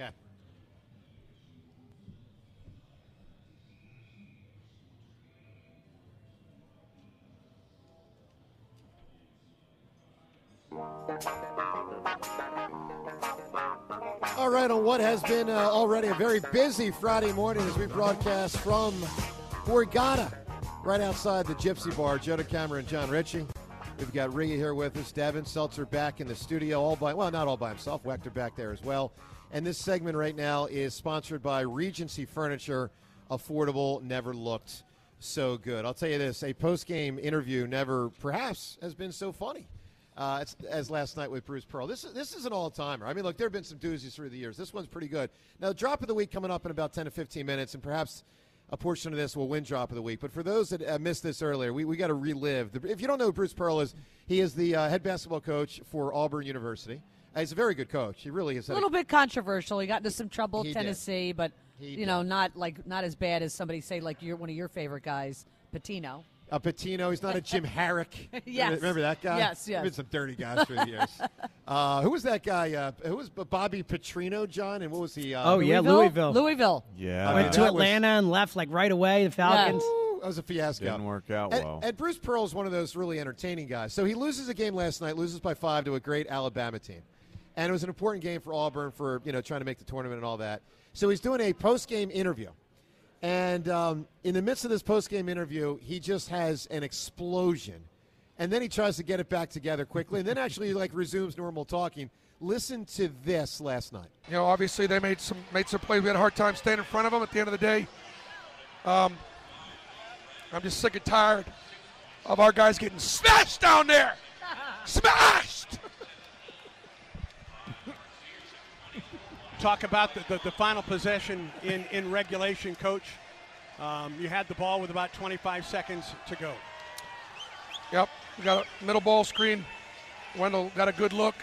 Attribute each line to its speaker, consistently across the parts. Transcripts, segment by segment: Speaker 1: Okay. All right, on what has been uh, already a very busy Friday morning as we broadcast from Borgata, right outside the Gypsy Bar. Jonah Cameron, John Ritchie. We've got Ringy here with us. Devin Seltzer back in the studio, all by well, not all by himself. Wechter back there as well. And this segment right now is sponsored by Regency Furniture. Affordable never looked so good. I'll tell you this: a post-game interview never, perhaps, has been so funny uh, as, as last night with Bruce Pearl. This is this is an all-timer. I mean, look, there have been some doozies through the years. This one's pretty good. Now, drop of the week coming up in about ten to fifteen minutes, and perhaps a portion of this will win drop of the week. But for those that uh, missed this earlier, we, we got to relive. The, if you don't know who Bruce Pearl is, he is the uh, head basketball coach for Auburn University. Uh, he's a very good coach. He really is.
Speaker 2: A little bit controversial. He got into some trouble
Speaker 1: He
Speaker 2: with
Speaker 1: did.
Speaker 2: Tennessee, but
Speaker 1: He
Speaker 2: you know, not like not as bad as somebody say like you're one of your favorite guys, Patino.
Speaker 1: A Patino. He's not a Jim Herrick.
Speaker 2: Yes.
Speaker 1: Remember, remember that guy?
Speaker 2: Yes,
Speaker 1: There've
Speaker 2: yes.
Speaker 1: been some dirty guys through the years. Uh, who was that guy? Uh, who was B- Bobby Petrino, John? And what was he? Uh,
Speaker 3: Oh, yeah, Louisville.
Speaker 2: Louisville.
Speaker 1: I
Speaker 4: Yeah.
Speaker 1: mean,
Speaker 3: Went to
Speaker 1: that was-
Speaker 3: Atlanta and left like right away. The Falcons.
Speaker 1: Ooh, That was a fiasco.
Speaker 4: Didn't work
Speaker 3: Oh,
Speaker 4: out
Speaker 1: and,
Speaker 4: well.
Speaker 1: And Bruce Pearl's one of those really entertaining guys. So he loses a game last night, loses by five to a great Alabama team, and it was an important game for Auburn for you know trying to make the tournament and all that. So he's doing a post game interview, and um, in the midst of this post game interview, he just has an explosion, and then he tries to get it back together quickly, and then actually like resumes normal talking. Listen to this last night.
Speaker 5: You know, obviously they made some made some plays. We had a hard time staying in front of them. At the end of the day, um, I'm just sick and tired of our guys getting smashed down there, smashed.
Speaker 6: talk about the, the, the final possession in, in regulation, coach. Um, you had the ball with about 25 seconds to go.
Speaker 5: Yep, we got a middle ball screen. Wendell got a good look.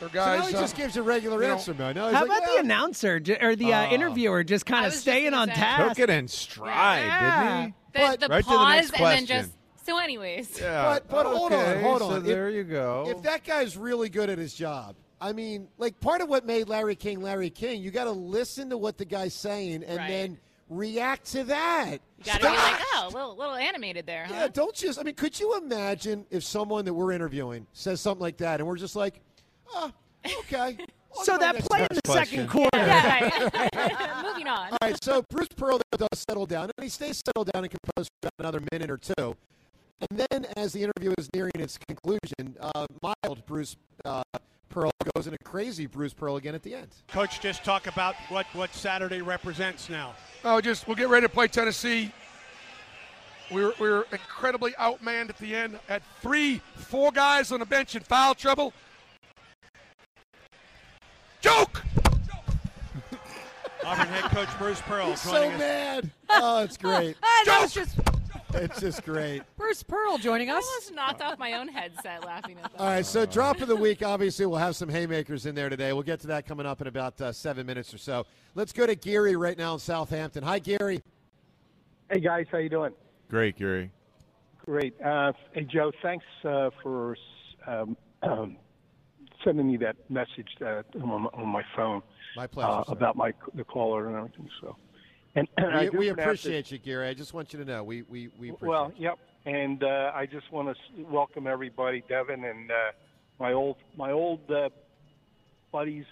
Speaker 5: Their guys.
Speaker 1: so now he
Speaker 5: uh,
Speaker 1: just gives a regular
Speaker 5: you know,
Speaker 1: answer, man. Now he's
Speaker 3: How
Speaker 1: like,
Speaker 3: about
Speaker 1: "Yeah."
Speaker 3: the announcer j- or the uh, interviewer just kind of
Speaker 7: I was just
Speaker 3: staying
Speaker 7: gonna
Speaker 3: on
Speaker 7: say.
Speaker 3: task?
Speaker 4: Oh. Took it in stride,
Speaker 3: Yeah.
Speaker 4: didn't he?
Speaker 7: The,
Speaker 1: But-
Speaker 7: the
Speaker 4: Right to the
Speaker 7: pause
Speaker 4: next
Speaker 7: and then just.
Speaker 4: question.
Speaker 7: So, anyways,
Speaker 4: Yeah.
Speaker 1: But- but hold on,
Speaker 4: Okay,
Speaker 1: hold
Speaker 4: So
Speaker 1: on. If-
Speaker 4: there you go.
Speaker 1: If that guy's really good at his job, I mean, like part of what made Larry King Larry King, you got to listen to what the guy's saying and
Speaker 7: Right.
Speaker 1: then react to that.
Speaker 7: you gotta be like, oh, a little, little animated there, huh?
Speaker 1: Yeah, don't just. I mean, could you imagine if someone that we're interviewing says something like that, and we're just like, oh, okay. On to
Speaker 3: So
Speaker 1: my
Speaker 3: that
Speaker 1: next
Speaker 3: play
Speaker 1: guy."
Speaker 3: in the
Speaker 4: question.
Speaker 3: second quarter.
Speaker 7: yeah, right. Moving on.
Speaker 1: All right, so Bruce Pearl does settle down, and he stays settled down and composed for about another minute or two. And then, as the interview is nearing its conclusion, uh, mild Bruce uh, Pearl goes into crazy Bruce Pearl again at the end.
Speaker 6: Coach, just talk about what, what Saturday represents now.
Speaker 5: Oh, just we'll get ready to play Tennessee. We were, we were incredibly outmanned at the end. At three, four guys on the bench in foul trouble. Joke!
Speaker 6: Auburn head coach Bruce Pearl
Speaker 1: He's so
Speaker 6: joining us.
Speaker 1: mad. Oh, it's great.
Speaker 2: Ah, that was just
Speaker 1: It's just great.
Speaker 2: Bruce Pearl joining
Speaker 7: I
Speaker 2: us.
Speaker 7: almost knocked off my own headset laughing at that.
Speaker 1: All right, so drop of the week. Obviously, we'll have some haymakers in there today. We'll get to that coming up in about uh, seven minutes or so. Let's go to Gary right now in Southampton. Hi, Gary.
Speaker 8: Hey guys, how you doing?
Speaker 4: Great, Gary.
Speaker 8: Great. Uh, hey Joe, thanks uh, for um, um, sending me that message that, on, my, on my phone
Speaker 1: My pleasure.
Speaker 8: uh,
Speaker 1: sir.
Speaker 8: about my the caller and everything. So, and, and I
Speaker 1: we,
Speaker 8: do
Speaker 1: we
Speaker 8: pronounce it-
Speaker 1: appreciate you, Gary. I just want you to know we we we appreciate
Speaker 8: Well,
Speaker 1: you.
Speaker 8: yep. And uh, I just want to welcome everybody, Devin, and uh, my old my old uh, buddies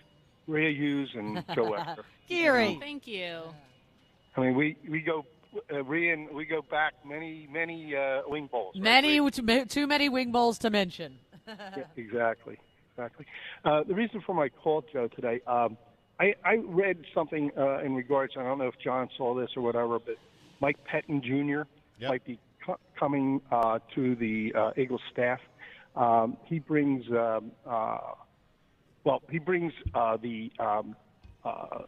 Speaker 8: Rhea Hughes and Joe Webster.
Speaker 2: Gary.
Speaker 7: Oh, Thank you.
Speaker 8: I mean, we we go uh, Rhea and we go back many many uh, wing bowls. right?
Speaker 2: Many, too, too many wing bowls to mention.
Speaker 8: Yeah, exactly, exactly. Uh, the reason for my call, Joe, today, um, I, I read something uh, in regards. I don't know if John saw this or whatever, but Mike Pettin Jr. might be co- coming uh, to the uh, Eagles staff. Um, he brings, um, uh, well, he brings uh, the um, uh,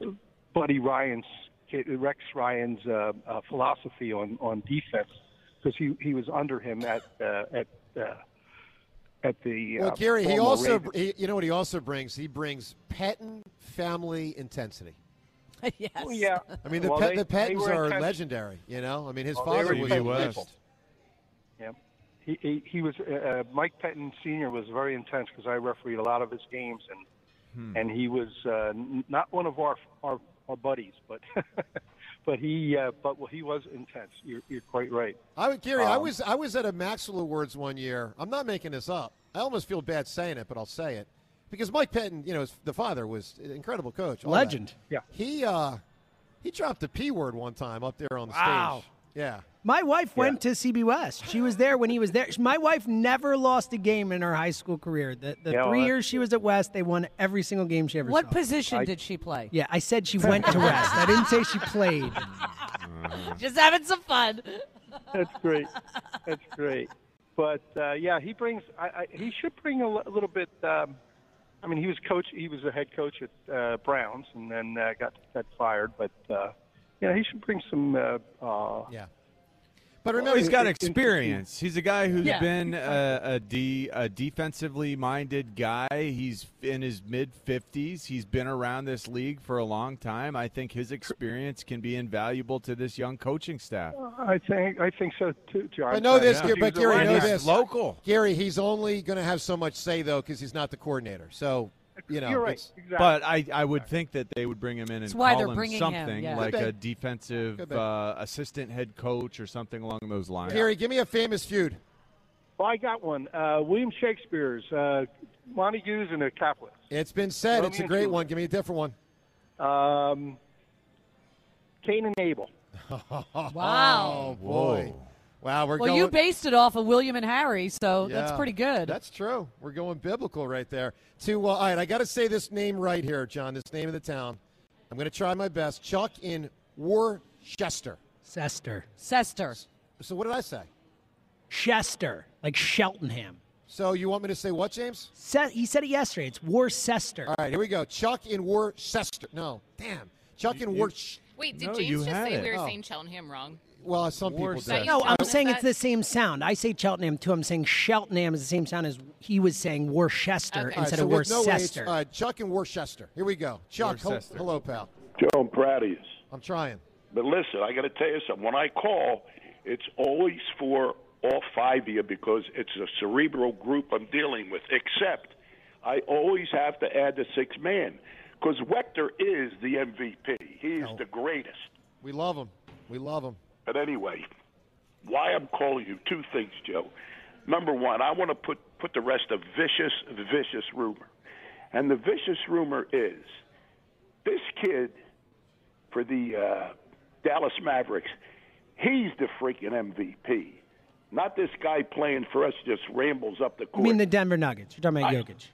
Speaker 8: Buddy Ryan's kid, Rex Ryan's uh, uh, philosophy on on defense because he he was under him at uh, at. Uh, at the
Speaker 1: Well,
Speaker 8: uh,
Speaker 1: Gary, he
Speaker 8: former
Speaker 1: also,
Speaker 8: Ravens.
Speaker 1: he, you know what he also brings? He brings Patton family intensity.
Speaker 2: yes.
Speaker 8: yeah.
Speaker 1: I mean, the,
Speaker 8: Well,
Speaker 1: Pe-
Speaker 8: they-
Speaker 1: the
Speaker 8: they
Speaker 1: Pattons
Speaker 8: were
Speaker 1: are
Speaker 8: intense-
Speaker 1: legendary, you know? I mean, his
Speaker 8: Well, they
Speaker 1: father
Speaker 8: were
Speaker 1: was
Speaker 8: intense
Speaker 1: legend.
Speaker 8: people. Yeah, he he, he was uh, uh, Mike Pettin Senior was very intense because I refereed a lot of his games and
Speaker 1: Hmm.
Speaker 8: and he was uh, n- not one of our our, our buddies, but but he uh, but well, he was intense. You're, you're quite right.
Speaker 1: I would, Gary, I
Speaker 8: Um,
Speaker 1: was I was at a Maxwell Awards one year. I'm not making this up. I almost feel bad saying it, but I'll say it because Mike Patton, you know, his, the father was an incredible coach, all that.
Speaker 3: Legend.
Speaker 8: Yeah.
Speaker 1: He uh, he dropped the p word one time up there on the
Speaker 3: Wow.
Speaker 1: stage. Yeah.
Speaker 3: My wife went to CB West. She was there when he was there. My wife never lost a game in her high school career. The, the
Speaker 8: Yeah, well,
Speaker 3: three
Speaker 8: that's-
Speaker 3: years she was at West, they won every single game she ever
Speaker 2: What
Speaker 3: saw.
Speaker 2: position did she play?
Speaker 3: Yeah, I said she went to West. I didn't say she played.
Speaker 2: Just having some fun.
Speaker 8: That's great. That's great. But uh, yeah, he brings. I, I, he should bring a li- little bit. Um, I mean, he was coach. He was the head coach at uh, Browns, and then uh, got got fired. But uh, yeah, he should bring some. Uh, uh,
Speaker 1: yeah. But
Speaker 4: Well,
Speaker 1: remember,
Speaker 4: he's got
Speaker 1: it- it-
Speaker 4: experience. He's a guy who's
Speaker 1: Yeah.
Speaker 4: been a, a, de- a defensively minded guy. He's in his mid 50s. He's been around this league for a long time. I think his experience can be invaluable to this young coaching staff.
Speaker 8: I think I think so too, John.
Speaker 1: But know this,
Speaker 8: Uh,
Speaker 1: Gary-
Speaker 8: he
Speaker 1: but
Speaker 8: was a
Speaker 1: Gary, know
Speaker 8: linebacker.
Speaker 1: this.
Speaker 4: Local.
Speaker 1: Gary, he's only going to have so much say though because he's not the coordinator. So you know,
Speaker 8: You're right.
Speaker 1: it's-
Speaker 8: Exactly.
Speaker 4: But I, I would think that they would bring him in and
Speaker 2: That's why they're
Speaker 4: call him
Speaker 2: bringing him,
Speaker 4: something
Speaker 2: yeah.
Speaker 4: like
Speaker 1: Could be.
Speaker 4: a defensive
Speaker 1: Could be.
Speaker 4: uh, assistant head coach or something along those lines.
Speaker 1: Gary, give me a famous feud.
Speaker 8: Well, I got one. Uh, William Shakespeare's uh, Montagues and the Capulet.
Speaker 1: It's been said.
Speaker 8: Romeo
Speaker 1: It's a
Speaker 8: and
Speaker 1: great
Speaker 8: Juliet.
Speaker 1: one. Give me a different one.
Speaker 8: Um, Cain and Abel.
Speaker 2: Wow.
Speaker 1: Oh boy. Wow, we're
Speaker 2: well,
Speaker 1: going.
Speaker 2: you based it off of William and Harry, so that's
Speaker 1: Yeah.
Speaker 2: pretty good.
Speaker 1: That's true. We're going biblical right there. To uh, all right, I got to say this name right here, John. This name of the town. I'm going to try my best. Chuck in Worcester.
Speaker 3: Sester.
Speaker 2: Sester.
Speaker 1: So what did I say?
Speaker 3: Chester. Like Sheltonham.
Speaker 1: So you want me to say what, James?
Speaker 3: Se- he said it yesterday. It's Worcester.
Speaker 1: All right, here we go. Chuck in Worcester. No, damn. Chuck in Worcester.
Speaker 7: Wait, did
Speaker 4: No, you
Speaker 7: James just
Speaker 4: had
Speaker 7: say
Speaker 4: it.
Speaker 7: we were
Speaker 1: Oh.
Speaker 7: saying Cheltenham wrong?
Speaker 1: Well, some people
Speaker 4: Worcester.
Speaker 1: do.
Speaker 3: No, I'm
Speaker 7: Is
Speaker 3: saying
Speaker 7: that-
Speaker 3: it's the same sound. I say Cheltenham too. I'm saying Cheltenham is the same sound as he was saying Worcester
Speaker 7: Okay.
Speaker 1: All right,
Speaker 3: instead
Speaker 1: so
Speaker 3: of
Speaker 1: with no H,
Speaker 3: Worcester.
Speaker 1: all right, Chuck in Worcester. Here we go. Chuck, hel-
Speaker 4: Worcester.
Speaker 1: hello, pal.
Speaker 9: Joe, I'm proud of you.
Speaker 1: I'm trying.
Speaker 9: But listen, I got to tell you something. When I call, it's always for all five of you because it's a cerebral group I'm dealing with, except I always have to add the six man because Wechter is the MVP. He is the greatest.
Speaker 1: We love him. We love him.
Speaker 9: But anyway, why I'm calling you, two things, Joe. Number one, I want to put, put the rest of vicious, vicious rumor. And the vicious rumor is this kid for the uh, Dallas Mavericks, he's the freaking MVP. Not this guy playing for us just rambles up the
Speaker 3: I
Speaker 9: court.
Speaker 3: mean the Denver Nuggets. You're talking about Jokic.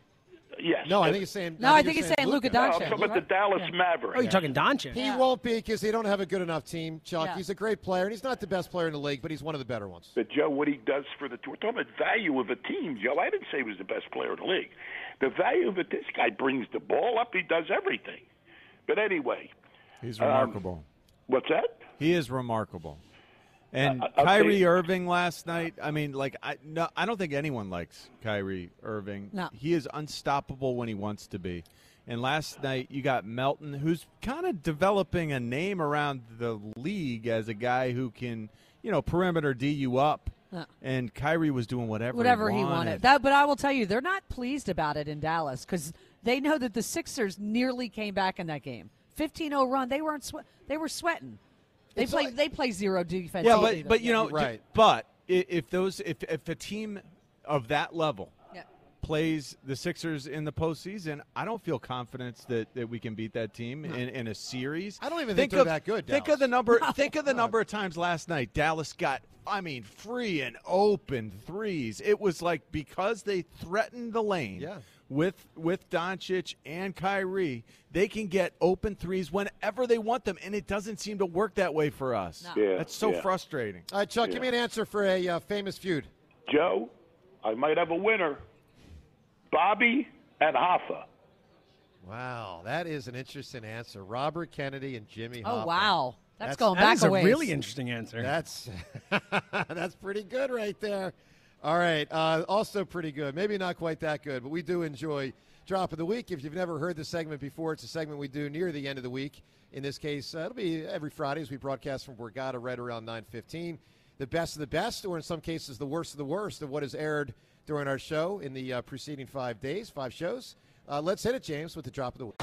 Speaker 9: yes.
Speaker 1: No, I think he's saying.
Speaker 2: No, I think he's saying Luka
Speaker 9: No, I'm
Speaker 2: Doncic.
Speaker 9: talking about the Dallas Mavericks.
Speaker 3: Oh, you're talking Doncic.
Speaker 1: He won't be because they don't have a good enough team, Chuck.
Speaker 2: Yeah.
Speaker 1: He's a great player, and he's not the best player in the league, but he's one of the better ones.
Speaker 9: But Joe, what he does for the we're talking about value of a team, Joe. I didn't say he was the best player in the league. The value of it, this guy brings the ball up. He does everything. But anyway,
Speaker 4: He's
Speaker 9: Um,
Speaker 4: remarkable.
Speaker 9: what's that? Uh,
Speaker 4: He is remarkable. And
Speaker 9: I- I'll
Speaker 4: Kyrie
Speaker 9: say-
Speaker 4: Irving last night, I mean, like I no, I don't think anyone likes Kyrie Irving.
Speaker 2: No.
Speaker 4: He is unstoppable when he wants to be. And last night you got Melton who's kind of developing a name around the league as a guy who can, you know, perimeter D you up.
Speaker 2: Yeah.
Speaker 4: And Kyrie was doing whatever
Speaker 2: whatever
Speaker 4: he
Speaker 2: he wanted. That, but I will tell you, they're not pleased about it in Dallas because they know that the Sixers nearly came back in that game. 15-0 run. They weren't. Swe- they were sweating. They
Speaker 1: It's
Speaker 2: play.
Speaker 1: like-
Speaker 2: they play zero defense.
Speaker 4: yeah,
Speaker 2: all
Speaker 4: but
Speaker 2: season.
Speaker 4: but you know,
Speaker 1: Right.
Speaker 4: but i- if those if if a team of that level
Speaker 2: Yeah.
Speaker 4: plays the Sixers in the postseason, I don't feel confidence that, that we can beat that team in, in a series.
Speaker 1: I don't even think they're
Speaker 4: of,
Speaker 1: that good,
Speaker 4: Think
Speaker 1: Dallas.
Speaker 4: of the number. Think of the number of times last night Dallas got. I mean, free and open threes. It was like because they threatened the lane.
Speaker 1: Yeah.
Speaker 4: With with Doncic and Kyrie, they can get open threes whenever they want them, and it doesn't seem to work that way for us.
Speaker 5: No. Yeah,
Speaker 4: That's so
Speaker 5: yeah.
Speaker 4: frustrating.
Speaker 1: All right, Chuck,
Speaker 4: Yeah.
Speaker 1: give me an answer for a uh, famous feud.
Speaker 9: Joe, I might have a winner. Bobby and Hoffa.
Speaker 1: Wow, that is an interesting answer. Robert Kennedy and Jimmy.
Speaker 2: Oh,
Speaker 1: Hoffa.
Speaker 2: wow. That's going back a ways.
Speaker 1: That's that's pretty good right there. All right, uh, also pretty good. Maybe not quite that good, but we do enjoy drop of the week. If you've never heard the segment before, it's a segment we do near the end of the week. In this case, uh, it'll be every Friday as we broadcast from Borgata right around nine fifteen. The best of the best, or in some cases, the worst of the worst of what has aired during our show in the uh, preceding five days, five shows. Uh, let's hit it, James, with the drop of the week.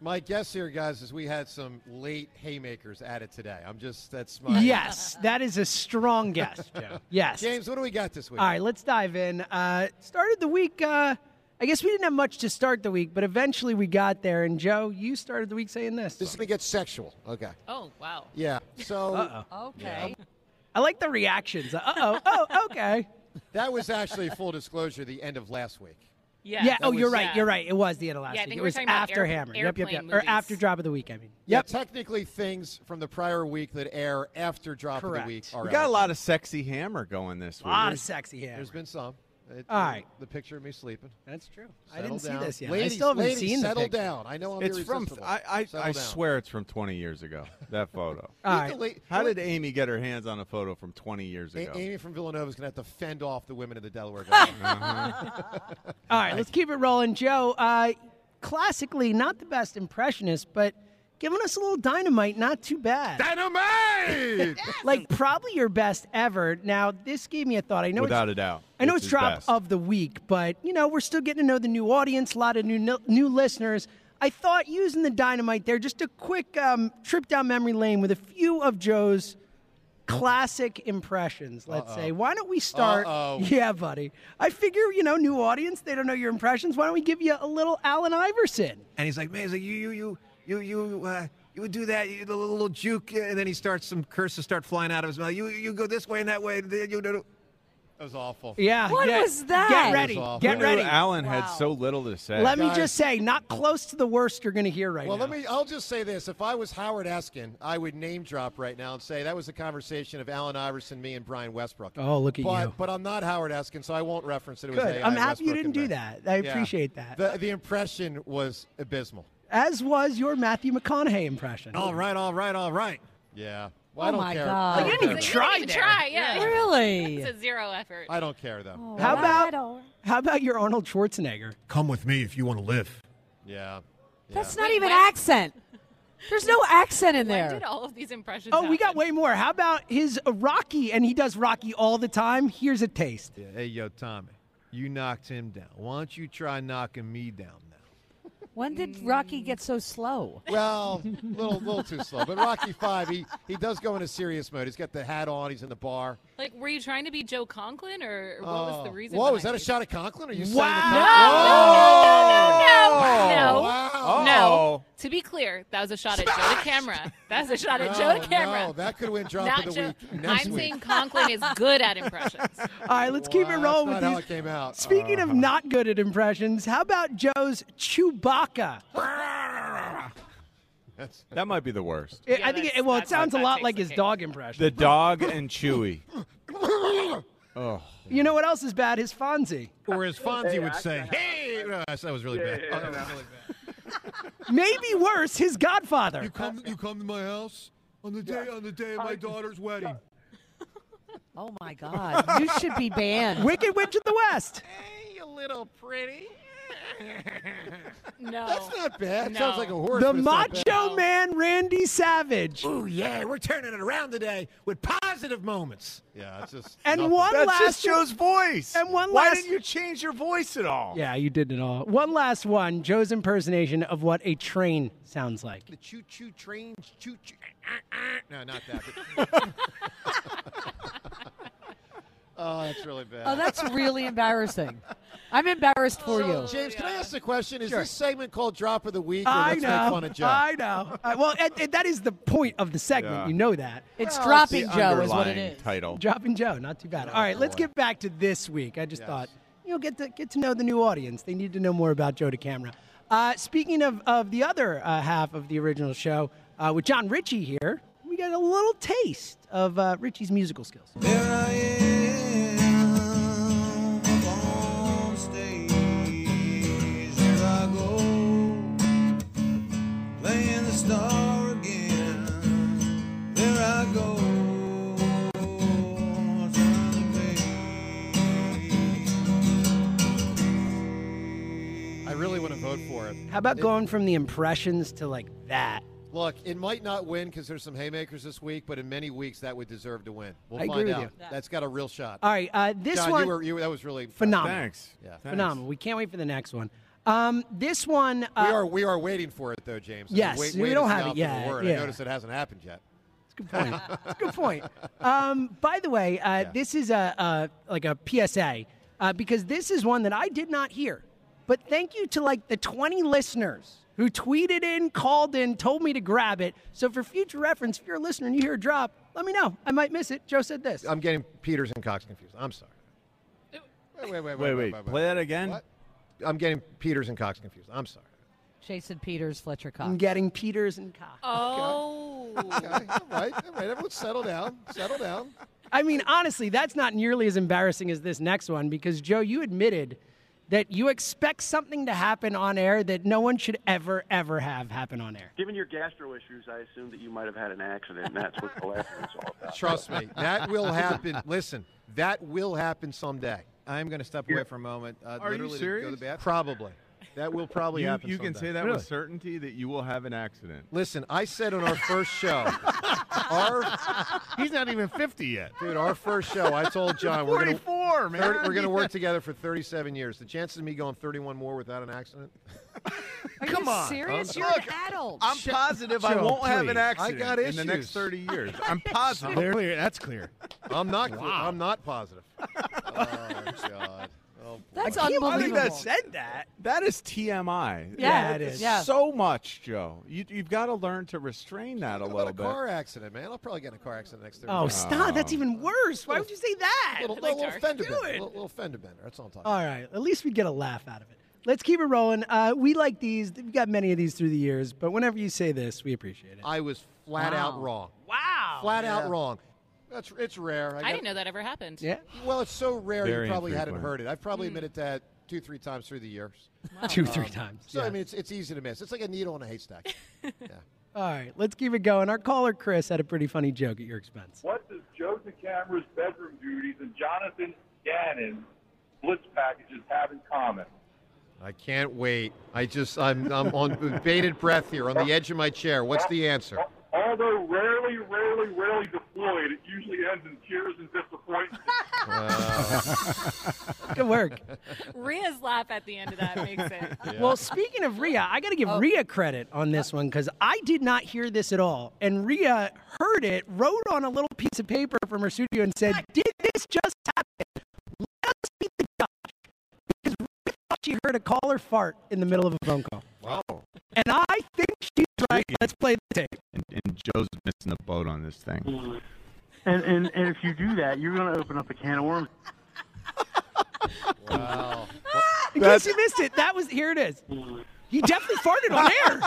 Speaker 1: My guess here, guys, is we had some late haymakers added today. I'm just that's my
Speaker 3: Yes, that is a strong guess, Joe. Yes.
Speaker 1: James, what do we got this week?
Speaker 3: All right, let's dive in. Uh, started the week. Uh, I guess we didn't have much to start the week, but eventually we got there. And Joe, you started the week saying this. This
Speaker 1: is gonna get sexual. Okay.
Speaker 7: Oh wow.
Speaker 1: Yeah. So
Speaker 3: Uh-oh.
Speaker 7: Okay.
Speaker 3: I like the reactions. Uh oh. Oh, okay.
Speaker 1: That was actually full disclosure the end of last week.
Speaker 7: Yeah.
Speaker 3: yeah.
Speaker 7: That
Speaker 3: Oh, you're
Speaker 7: was-
Speaker 3: right.
Speaker 7: yeah.
Speaker 3: You're right. It was the end of last
Speaker 7: Yeah, I
Speaker 3: week.
Speaker 7: think
Speaker 3: It
Speaker 7: we were
Speaker 3: was
Speaker 7: talking about
Speaker 3: after
Speaker 7: air-
Speaker 3: Hammer. Yep. Yep. Yep.
Speaker 7: airplane
Speaker 3: Or after drop of the week. I mean.
Speaker 1: Yep. technically things from the prior week that air after drop of
Speaker 3: Correct.
Speaker 1: the week are
Speaker 4: We got
Speaker 1: out.
Speaker 4: a lot of sexy hammer going this week.
Speaker 3: Lot of sexy hammer.
Speaker 1: There's been some. It-
Speaker 3: All right.
Speaker 1: The picture of me sleeping.
Speaker 3: That's true. I
Speaker 1: Settle
Speaker 3: didn't see
Speaker 1: down.
Speaker 3: this yet. I
Speaker 1: Ladies,
Speaker 3: still haven't
Speaker 1: ladies,
Speaker 3: seen the
Speaker 1: settle
Speaker 3: picture.
Speaker 1: down. I know I'm
Speaker 4: it's from
Speaker 1: irresistible.
Speaker 4: I I,
Speaker 1: Settle
Speaker 4: I
Speaker 1: down.
Speaker 4: swear it's from 20 years ago. That photo.
Speaker 3: All
Speaker 1: right. Look at the-
Speaker 4: How did Amy get her hands on a photo from 20 years
Speaker 1: A-
Speaker 4: ago?
Speaker 1: Amy from Villanova is going to have to fend off the women of the Delaware. Valley.
Speaker 10: Uh-huh.
Speaker 3: All right, let's keep it rolling, Joe. Uh, classically, not the best impressionist, but giving us a little dynamite, not too bad.
Speaker 5: Dynamite!
Speaker 3: like probably your best ever. Now, this gave me a thought. I know
Speaker 4: Without
Speaker 3: it's,
Speaker 4: a doubt,
Speaker 3: I know
Speaker 4: it's
Speaker 3: it's,
Speaker 4: his
Speaker 3: drop
Speaker 4: best.
Speaker 3: of the week, but you know we're still getting to know the new audience, a lot of new new listeners. I thought using the dynamite there, just a quick um, trip down memory lane with a few of Joe's classic impressions. Let's
Speaker 1: Uh-oh.
Speaker 3: say, why don't we start?
Speaker 1: Uh-oh.
Speaker 3: Yeah, buddy. I figure you know, new audience, they don't know your impressions. Why don't we give you a little Allen Iverson?
Speaker 10: And he's like, man, he's like, you, you, you, you, you, uh, you would do that, you, the little, little juke, uh, and then he starts some curses start flying out of his mouth. You, you go this way and that way. and then You, do
Speaker 1: That was awful.
Speaker 3: Yeah.
Speaker 2: What
Speaker 3: yeah.
Speaker 2: was that?
Speaker 3: Get
Speaker 1: That
Speaker 3: ready.
Speaker 1: was awful.
Speaker 3: Get
Speaker 4: Who knew
Speaker 3: ready.
Speaker 4: Alan had so little to say.
Speaker 3: Let me
Speaker 1: Guys.
Speaker 3: just say, not close to the worst you're going to hear right
Speaker 1: well,
Speaker 3: now.
Speaker 1: let me. I'll just say this: if I was Howard Eskin, I would name drop right now and say that was a conversation of Allen Iverson, me, and Brian Westbrook.
Speaker 3: Oh, look at
Speaker 1: but,
Speaker 3: you.
Speaker 1: But I'm not Howard Eskin, so I won't reference it. it was
Speaker 3: Good.
Speaker 1: AI
Speaker 3: I'm happy you
Speaker 1: Westbrook
Speaker 3: didn't
Speaker 1: and
Speaker 3: do
Speaker 1: Ben.
Speaker 3: that. I
Speaker 1: Yeah.
Speaker 3: appreciate that.
Speaker 1: The, the impression was abysmal.
Speaker 3: As was your Matthew McConaughey impression.
Speaker 10: all right, all right, all right.
Speaker 1: Yeah.
Speaker 3: Oh
Speaker 1: Well, Oh, I don't
Speaker 3: my
Speaker 1: care.
Speaker 3: God.
Speaker 1: I
Speaker 3: You
Speaker 1: don't
Speaker 3: didn't even
Speaker 1: care.
Speaker 7: You
Speaker 3: Try
Speaker 7: didn't even
Speaker 3: there.
Speaker 7: try. Yeah. yeah.
Speaker 2: Really?
Speaker 7: It's a zero effort.
Speaker 1: I don't care though.
Speaker 3: How about how about your Arnold Schwarzenegger?
Speaker 10: Come with me if you want to live.
Speaker 1: Yeah. Yeah.
Speaker 2: That's not even accent. There's no accent in
Speaker 7: When
Speaker 2: there.
Speaker 7: did all of these impressions?
Speaker 3: Oh, we got
Speaker 7: happen?
Speaker 3: way more. How about his Rocky? And he does Rocky all the time. Here's a taste.
Speaker 1: Yeah, Hey, yo, Tommy, you knocked him down. Why don't you try knocking me down now?
Speaker 2: When
Speaker 7: Mm.
Speaker 2: did Rocky get so slow?
Speaker 1: Well, little, little too slow. But Rocky Five, he he does go into serious mode. He's got the hat on. He's in the bar.
Speaker 7: Like, were you trying to be Joe Conklin, or what was the
Speaker 1: Oh.
Speaker 7: reason?
Speaker 1: Whoa, is that
Speaker 7: behind
Speaker 1: a
Speaker 7: it?
Speaker 1: shot at Conklin? Are you saying
Speaker 3: Wow.
Speaker 1: the Conklin?
Speaker 7: No, no, no, no, no, no.
Speaker 1: Wow.
Speaker 11: Oh.
Speaker 7: To be clear, Sure, that was a shot at Joe to camera. That's a shot at Joe to camera.
Speaker 1: No, that could win drop
Speaker 7: Not
Speaker 1: of the
Speaker 7: Joe-
Speaker 1: week next
Speaker 7: I'm
Speaker 1: week.
Speaker 7: saying Conklin is good at impressions.
Speaker 3: All right, let's keep it rolling
Speaker 1: not
Speaker 3: with
Speaker 1: how
Speaker 3: these.
Speaker 1: it came out.
Speaker 3: Speaking of not good at impressions, how about Joe's Chewbacca?
Speaker 4: That might be the worst.
Speaker 3: It- I think it, well, it sounds a lot like his dog impression.
Speaker 4: The dog and Chewy. Oh.
Speaker 3: You know what else is bad? His Fonzie.
Speaker 11: Or as Fonzie
Speaker 3: Hey,
Speaker 11: would
Speaker 3: I-
Speaker 11: say,
Speaker 3: I-
Speaker 11: "Hey, no, that was really
Speaker 3: Yeah,
Speaker 11: bad.
Speaker 3: yeah,
Speaker 11: Oh, that
Speaker 3: yeah.
Speaker 11: was really
Speaker 3: Maybe worse, his Godfather.
Speaker 11: bad. You come, you come to my house on the day on the day of my daughter's wedding.
Speaker 2: Oh my God! You should be banned.
Speaker 3: Wicked Witch of the West.
Speaker 11: You little pretty.
Speaker 7: no,
Speaker 1: that's not bad. Sounds like a horse.
Speaker 3: the
Speaker 1: but it's not
Speaker 3: Macho
Speaker 1: bad.
Speaker 3: Man Randy Savage.
Speaker 10: Ooh, yeah, we're turning it around today with positive moments.
Speaker 1: Yeah, it's just.
Speaker 3: And one
Speaker 4: That's
Speaker 3: last
Speaker 4: just Joe's voice.
Speaker 3: And one
Speaker 4: Why
Speaker 3: last-
Speaker 4: didn't you change your voice at all?
Speaker 3: Yeah, you did it all. One last one Joe's impersonation of what a train sounds like.
Speaker 1: The choo choo trains, choo choo. uh, No, not that. oh, that's really bad.
Speaker 2: Oh, that's really embarrassing. I'm embarrassed for you.
Speaker 1: Oh, James, can I ask the question? Is
Speaker 2: Sure.
Speaker 1: this segment called Drop of the Week? Or
Speaker 3: I
Speaker 1: let's
Speaker 3: know.
Speaker 1: Make fun of Joe?
Speaker 3: I know. Uh, well, and- and that is the point of the segment.
Speaker 4: Yeah.
Speaker 3: You know that.
Speaker 2: It's
Speaker 4: Well,
Speaker 2: dropping
Speaker 4: it's the
Speaker 2: Joe, is what it
Speaker 4: underlying
Speaker 2: is.
Speaker 4: Title.
Speaker 3: Dropping Joe, not too bad. All right, let's get back to this week. I just thought you know get to get to know the new audience. They need to know more about Joe to camera. Uh, speaking of of the other uh, half of the original show uh, with John Ritchie here, we got a little taste of uh, Ritchie's musical skills.
Speaker 12: Playing the star again. There I go.
Speaker 1: I really want to vote for it.
Speaker 3: How about
Speaker 1: It-
Speaker 3: going from the impressions to like that?
Speaker 1: Look, it might not win because there's some haymakers this week, but in many weeks that would deserve to win. We'll
Speaker 3: I agree
Speaker 1: find
Speaker 3: with
Speaker 1: out.
Speaker 3: you.
Speaker 1: That's got a real shot.
Speaker 3: All right, uh, this
Speaker 1: John,
Speaker 3: one
Speaker 1: you were, you, that was really
Speaker 3: phenomenal.
Speaker 1: Yeah,
Speaker 3: phenomenal. We can't wait for the next one. Um, this one uh,
Speaker 1: we are we are waiting for it though, James. I mean,
Speaker 3: Yes,
Speaker 1: wait-
Speaker 3: we
Speaker 1: wait
Speaker 3: don't
Speaker 1: is
Speaker 3: have
Speaker 1: the
Speaker 3: it yet,
Speaker 1: optimal Word.
Speaker 3: yeah.
Speaker 1: I notice it hasn't happened yet.
Speaker 3: That's a good point. Um, by the way, uh, this is a, a like a PSA uh, because this is one that I did not hear. But thank you to like the 20 listeners who tweeted in, called in, told me to grab it. So for future reference, if you're a listener and you hear a drop, let me know. I might miss it. Joe said this.
Speaker 1: I'm getting Peters and Cox confused. I'm sorry. Wait, wait, wait,
Speaker 4: Wait, wait, play that again?
Speaker 1: What? I'm getting Peters and Cox confused. I'm sorry.
Speaker 2: Jason Peters, Fletcher Cox.
Speaker 3: I'm getting Peters and Cox.
Speaker 7: Oh.
Speaker 1: Okay. All right. All right. Everyone settle down. Settle down.
Speaker 3: I mean, honestly, that's not nearly as embarrassing as this next one because, Joe, you admitted that you expect something to happen on air that no one should ever, ever have happen on air.
Speaker 13: Given your gastro issues, I assume that you might have had an accident, and that's what the last one was all about.
Speaker 1: Trust me, that will happen. Listen, that will happen someday. I'm going to step away
Speaker 11: Yeah.
Speaker 1: for a moment. Uh,
Speaker 11: Are you
Speaker 1: literally to go to
Speaker 11: serious?
Speaker 1: the bathroom. Probably. That will probably
Speaker 4: you,
Speaker 1: happen.
Speaker 4: you can
Speaker 1: someday.
Speaker 4: say that with certainty that you will have an accident.
Speaker 1: Listen, I said on our first show, our
Speaker 11: He's not even 50 yet.
Speaker 1: dude, our first show, I told John we're going
Speaker 11: 44, man.
Speaker 1: we're going to work together for 37 years. The chances of me going 31 more without an accident?
Speaker 2: Are
Speaker 1: Come
Speaker 2: you
Speaker 1: on.
Speaker 2: serious?
Speaker 1: Huh?
Speaker 2: You're
Speaker 1: Look,
Speaker 2: an adult.
Speaker 4: I'm positive I
Speaker 1: Joe,
Speaker 4: won't have
Speaker 1: please.
Speaker 4: an
Speaker 1: I
Speaker 4: accident
Speaker 1: got
Speaker 4: in the
Speaker 1: issues.
Speaker 4: next 30 years. I'm positive.
Speaker 11: Clear, that's clear.
Speaker 1: I'm not.
Speaker 11: Wow.
Speaker 1: I'm not positive. oh God. Oh, boy.
Speaker 2: That's
Speaker 4: I can't believe
Speaker 2: unbelievable.
Speaker 4: that said that. That is TMI.
Speaker 2: Yeah, Yeah, it is. yeah.
Speaker 4: So much, Joe. You, you've got to learn to restrain that a
Speaker 1: What
Speaker 4: little
Speaker 1: a
Speaker 4: bit.
Speaker 1: car accident, man! I'll probably get in a car accident next. 30
Speaker 3: Oh,
Speaker 1: minutes.
Speaker 3: stop. That's even worse. Why would you say that?
Speaker 1: Little,
Speaker 3: Like,
Speaker 1: little fender
Speaker 3: do
Speaker 1: bender.
Speaker 3: it.
Speaker 1: Little, little fender bender. That's all I'm talking.
Speaker 3: All right. At least we get a laugh out of it. Let's keep it rolling. Uh, we like these. We've got many of these through the years, but whenever you say this, we appreciate it.
Speaker 1: I was flat out
Speaker 3: Wow.
Speaker 1: wrong.
Speaker 3: Wow.
Speaker 1: Flat
Speaker 3: Yeah.
Speaker 1: out wrong. That's it's rare.
Speaker 7: I didn't know that ever happened.
Speaker 1: Well, it's so rare
Speaker 3: Very
Speaker 1: you probably hadn't
Speaker 3: infrequent.
Speaker 1: heard it. I've probably
Speaker 3: Hmm.
Speaker 1: admitted that two, three times through the years.
Speaker 3: Two, three times,
Speaker 1: So I
Speaker 3: yeah.
Speaker 1: mean, it's it's easy to miss. It's like a needle in a haystack.
Speaker 3: All right. Let's keep it going. Our caller, Chris, had a pretty funny joke at your expense.
Speaker 14: What does Joe DeCamera's bedroom duties and Jonathan Gannon's blitz packages have in common?
Speaker 1: I can't wait. I just I'm I'm on with bated breath here, on the edge of my chair. What's the answer?
Speaker 14: Although rarely, rarely, rarely deployed, it usually ends in tears and disappointment.
Speaker 4: Uh.
Speaker 3: Good work.
Speaker 7: Rhea's laugh at the end of that makes it.
Speaker 3: Well, speaking of Rhea, I got to give Rhea credit on this one because I did not hear this at all. And Rhea heard it, wrote on a little piece of paper from her studio and said, Did this just happen? Let us be the judge. Because Rhea thought she heard a caller fart in the middle of a phone call.
Speaker 4: Wow.
Speaker 3: And I think she's right. Let's play the tape.
Speaker 4: And, and Joe's missing the boat on this thing.
Speaker 13: And, and and if you do that, you're going to open up a can of worms.
Speaker 1: Wow.
Speaker 3: In case you missed it, that was here it is. He definitely farted on air.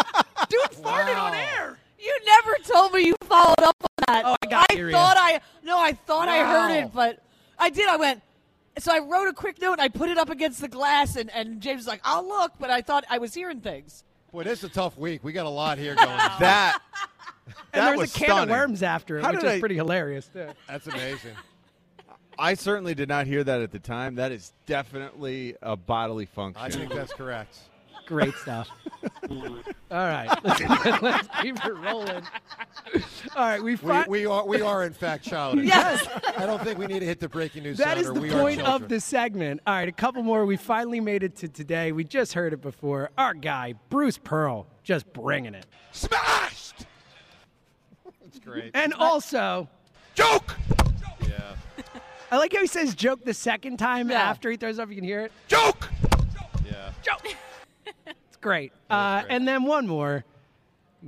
Speaker 3: Dude farted on air.
Speaker 2: You never told me you followed up on that. Oh, I
Speaker 3: got
Speaker 2: I
Speaker 3: you, Rhea.
Speaker 2: thought I no, I thought I heard
Speaker 3: Wow.
Speaker 2: it, but I did. I went. So I wrote a quick note and I put it up against the glass, and, and James was like, "I'll look," but I thought I was hearing things.
Speaker 1: Boy, this is a tough week. We got a lot here going. on.
Speaker 3: That-
Speaker 1: That
Speaker 3: and there's
Speaker 1: was
Speaker 3: a can
Speaker 1: stunning.
Speaker 3: of worms after it,
Speaker 1: How
Speaker 3: which
Speaker 1: did
Speaker 3: is
Speaker 1: I-
Speaker 3: pretty hilarious. Too.
Speaker 1: That's amazing.
Speaker 4: I certainly did not hear that at the time. That is definitely a bodily function.
Speaker 1: I think that's correct.
Speaker 3: Great stuff. All right, let's, let's keep it rolling. All right, we
Speaker 1: We,
Speaker 3: fi-
Speaker 1: we are we are in fact childish.
Speaker 3: Yes.
Speaker 1: I don't think we need to hit the breaking news.
Speaker 3: That is
Speaker 1: sounder.
Speaker 3: the
Speaker 1: we
Speaker 3: point
Speaker 1: are
Speaker 3: of
Speaker 1: children.
Speaker 3: the segment. All right, a couple more. We finally made it to today. We just heard it before. Our guy Bruce Pearl just bringing it.
Speaker 5: Smashed.
Speaker 1: That's great.
Speaker 3: And also,
Speaker 5: joke.
Speaker 2: oh
Speaker 1: Yeah.
Speaker 3: I like how he says joke the second time after he throws up. You can hear it.
Speaker 5: Joke.
Speaker 1: Yeah.
Speaker 3: Joke. it's great. Uh, and then one more.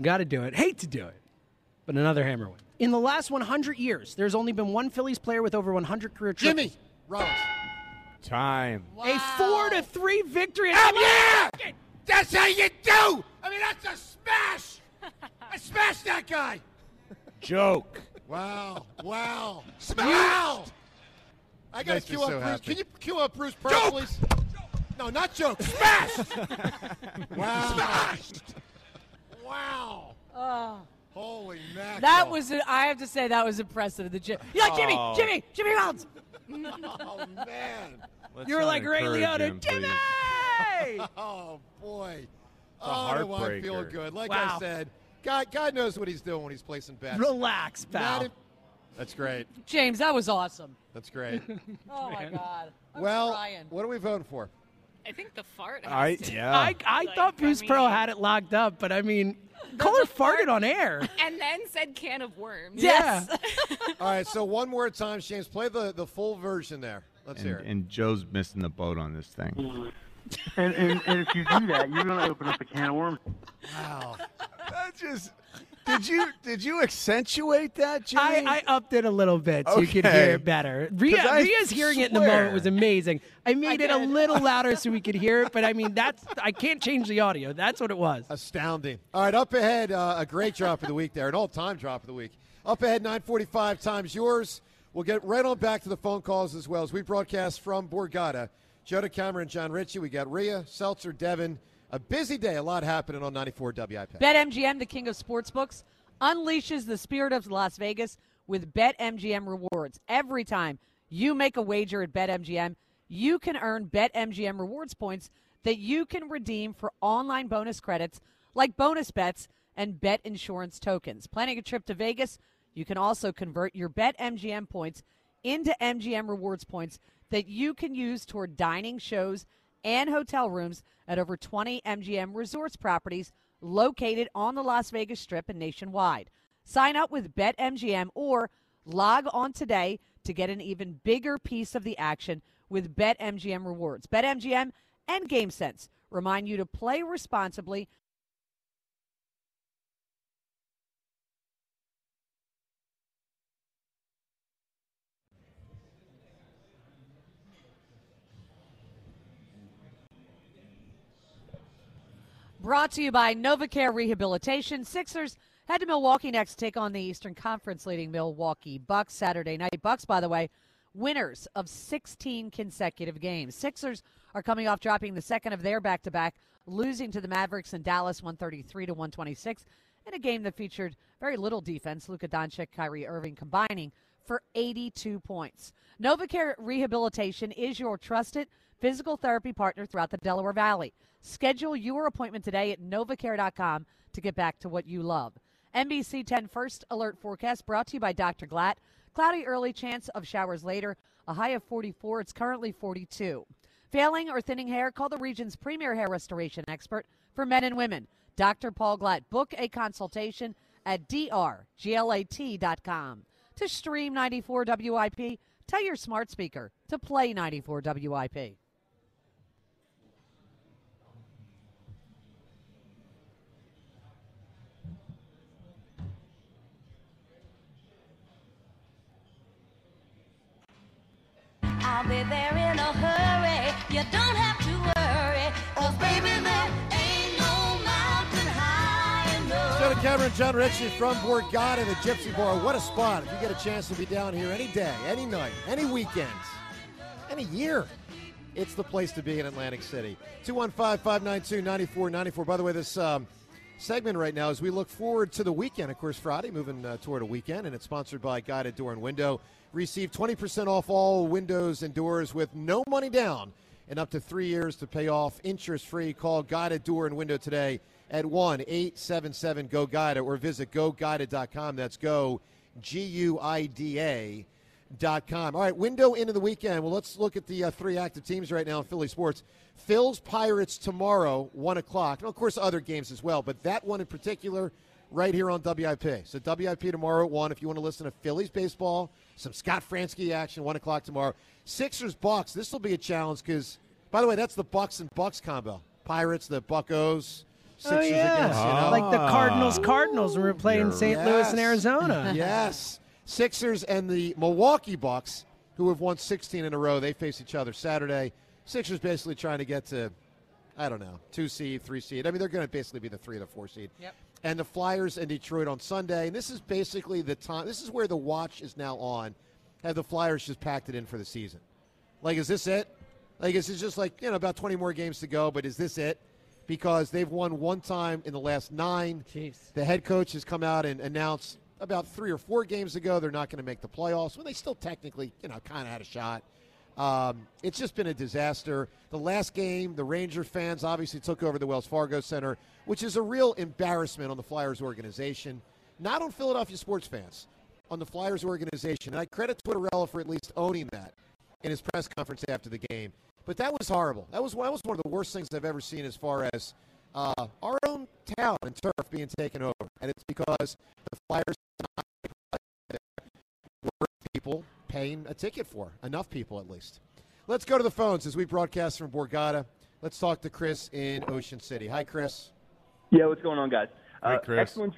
Speaker 3: Got to do it. Hate to do it, but another hammer one. In the last 100 years, there's only been one Phillies player with over 100 career triples.
Speaker 1: Jimmy Rollins.
Speaker 4: Time.
Speaker 3: A four to three victory. in the
Speaker 5: Oh, yeah! That's how you do! I mean, that's a smash! I smashed that guy!
Speaker 4: Joke.
Speaker 1: Wow. Wow.
Speaker 5: Wow!
Speaker 1: I gotta
Speaker 5: Makes me
Speaker 1: cue up
Speaker 5: so
Speaker 1: Bruce.
Speaker 5: happy.
Speaker 1: Can you cue up Bruce Pearl, please? No, not joke. Smashed. wow. Smashed. Wow.
Speaker 3: Ah.
Speaker 2: Oh.
Speaker 1: Holy mackerel.
Speaker 2: That was, a, I have to say, that was impressive. The Jim, yeah, Jimmy,
Speaker 1: Oh.
Speaker 2: Jimmy, Jimmy Rollins.
Speaker 1: Oh man.
Speaker 4: Let's
Speaker 3: You were
Speaker 4: not
Speaker 3: like Ray
Speaker 4: encourage
Speaker 3: Liotta,
Speaker 4: him, please.
Speaker 1: oh boy.
Speaker 4: A
Speaker 1: oh, do I feel
Speaker 4: heartbreaker.
Speaker 1: good? Like
Speaker 3: Wow.
Speaker 1: I said, God, God knows what he's doing when he's placing bets.
Speaker 3: Relax, pal.
Speaker 1: Not in- That's great.
Speaker 2: James, that was awesome.
Speaker 1: That's great.
Speaker 2: Oh my God. I'm
Speaker 1: well,
Speaker 2: crying.
Speaker 1: what are we voting for?
Speaker 7: I think the fart. has
Speaker 4: I
Speaker 7: to-
Speaker 4: yeah.
Speaker 3: I, I thought Bruce Pearl had it locked up, but I mean, Kohler farted on air.
Speaker 7: And then said can of worms.
Speaker 3: Yes.
Speaker 1: All right, so one more time, James. Play the, the full version there. Let's
Speaker 4: and,
Speaker 1: hear it.
Speaker 4: and Joe's missing the boat on this thing.
Speaker 13: And, and, and if you do that, you're going to open up a can of worms.
Speaker 1: Wow.
Speaker 4: That just did you did you accentuate that, Jimmy?
Speaker 3: I, I upped it a little bit so you could
Speaker 4: Okay.
Speaker 3: hear it better.
Speaker 4: 'Cause
Speaker 3: Rhea,
Speaker 4: I
Speaker 3: Rhea's hearing it in the
Speaker 4: swear.
Speaker 3: moment was amazing. I made it a little louder so we could hear it, but I mean, that's I can't change the audio. That's what it was.
Speaker 1: Astounding. All right, up ahead, uh, a great drop of the week there, an all-time drop of the week. Up ahead, 945 times yours. We'll get right on back to the phone calls as well as we broadcast from Borgata. Joda Cameron, John Ritchie. We got Rhea, Seltzer, Devin. A busy day, a lot happening on 94 WIP.
Speaker 2: BetMGM, the king of sportsbooks, unleashes the spirit of Las Vegas with BetMGM rewards. Every time you make a wager at BetMGM, you can earn BetMGM rewards points that you can redeem for online bonus credits like bonus bets and bet insurance tokens. Planning a trip to Vegas, you can also convert your BetMGM points into MGM rewards points that you can use toward dining shows and hotel rooms at over 20 MGM resorts properties located on the Las Vegas Strip and nationwide. Sign up with BetMGM or log on today to get an even bigger piece of the action with BetMGM rewards. BetMGM and GameSense remind you to play responsibly. Brought to you by Novacare Rehabilitation. Sixers head to Milwaukee next to take on the Eastern Conference leading Milwaukee Bucks Saturday night. Bucks, by the way, winners of 16 consecutive games. Sixers are coming off dropping the second of their back to back, losing to the Mavericks in Dallas 133 to 126 in a game that featured very little defense. Luka Doncic, Kyrie Irving combining for 82 points. Novacare Rehabilitation is your trusted physical therapy partner throughout the Delaware Valley. Schedule your appointment today at novacare.com to get back to what you love. NBC 10 First Alert Forecast brought to you by Dr. Glatt. Cloudy early chance of showers later, a high of 44. It's currently 42. Failing or thinning hair, call the region's premier hair restoration expert for men and women, Dr. Paul Glatt. Book a consultation at drglat.com. To stream 94 WIP, tell your smart speaker to play 94 WIP.
Speaker 15: I'll be there in a hurry. You don't have to worry. 'cause baby, there ain't no mountain high enough.
Speaker 1: Jonah Cameron, John Ritchie from Borgata, the Gypsy Bar. What a spot. If you get a chance to be down here any day, any night, any weekend, any year, it's the place to be in Atlantic City. 215 592 9494. By the way, this um, segment right now is we look forward to the weekend. Of course, Friday, moving uh, toward a weekend, and it's sponsored by Guided Door and Window. Receive 20% off all windows and doors with no money down and up to three years to pay off interest free. Call Guided Door and Window today at 1 877 GO Guided or visit goguided.com. That's go, G U I D A. Dot com. All right, window into the weekend. Well, let's look at the uh, three active teams right now in Philly sports. Phil's Pirates tomorrow, 1 o'clock. And of course, other games as well, but that one in particular, right here on WIP. So, WIP tomorrow at 1 if you want to listen to Phillies baseball, some Scott Fransky action, 1 o'clock tomorrow. Sixers Bucks, this will be a challenge because, by the way, that's the Bucks and Bucks combo. Pirates, the Buckos, Sixers against, you know.
Speaker 3: Oh, Like the
Speaker 4: Oh.
Speaker 3: Cardinals, Cardinals when we were playing St. Louis and
Speaker 1: Yes.
Speaker 3: Arizona.
Speaker 1: yes. Sixers and the Milwaukee Bucks, who have won 16 in a row, they face each other Saturday. Sixers basically trying to get to, I don't know, two seed, three seed. I mean, they're going to basically be the three and the four seed.
Speaker 2: Yep.
Speaker 1: And the Flyers and Detroit on Sunday. And this is basically the time, this is where the watch is now on. Have the Flyers just packed it in for the season? Like, is this it? Like, is it just like, you know, about 20 more games to go, but is this it? Because they've won one time in the last nine. The head coach has come out and announced about three or four games ago they're not going to make the playoffs when they still technically, you know, kind of had a shot. Um, it's just been a disaster. The last game, the Ranger fans obviously took over the Wells Fargo Center, which is a real embarrassment on the Flyers organization, not on Philadelphia sports fans, on the Flyers organization. And I credit Tortorella for at least owning that in his press conference after the game. But that was horrible. That was that was one of the worst things I've ever seen as far as uh, our own town and turf being taken over, and it's because the Flyers were people paying a ticket for enough people at least. Let's go to the phones as we broadcast from Borgata. Let's talk to Chris in Ocean City. Hi, Chris.
Speaker 16: Yeah, what's going on, guys? Uh,
Speaker 1: Hi, Chris.
Speaker 16: Excellent,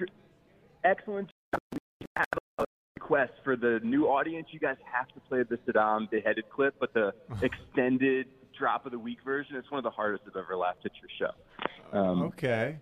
Speaker 16: excellent. We have a request for the new audience. You guys have to play the Saddam beheaded clip, but the extended drop of the week version. It's one of the hardest I've ever laughed at your show. Um,
Speaker 4: okay.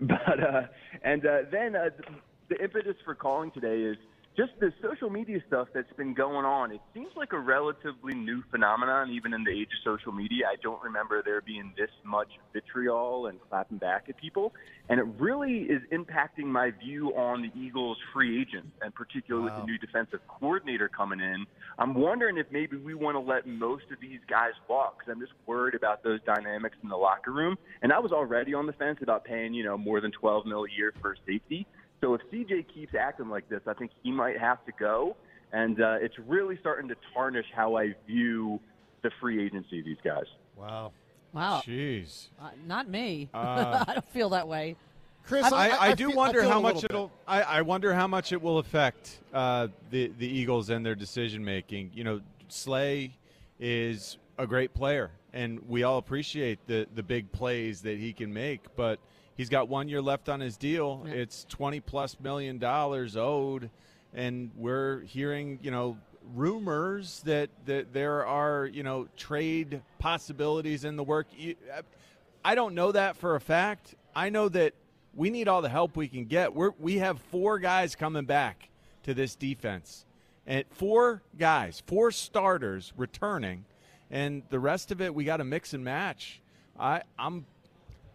Speaker 16: But uh, and uh, then uh, th- the impetus for calling today is just the social media stuff that's been going on. It seems like a relatively new phenomenon, even in the age of social media. I don't remember there being this much vitriol and clapping back at people, and it really is impacting my view on the Eagles' free agents, and particularly with the new defensive coordinator coming in. I'm wondering if maybe we want to let most of these guys walk because I'm just worried about those dynamics in the locker room. And I was already on the fence about paying, you know, more than 12 mil a year for safety. So if CJ keeps acting like this, I think he might have to go. And uh, it's really starting to tarnish how I view the free agency of these guys.
Speaker 1: Wow.
Speaker 2: Wow.
Speaker 4: Jeez.
Speaker 2: Uh, not me.
Speaker 4: Uh,
Speaker 2: I don't feel that way.
Speaker 1: Chris,
Speaker 4: I, I, do wonder how much it'll. I, I wonder how much it will affect uh, the the Eagles and their decision making. You know, Slay is a great player, and we all appreciate the the big plays that he can make. But he's got one year left on his deal. It's twenty plus million dollars owed, and we're hearing you know rumors that that there are you know trade possibilities in the work. You- I don't know that for a fact. I know that we need all the help we can get. We're, we have four guys coming back to this defense, and four guys, four starters returning, and the rest of it we got to mix and match. I, I'm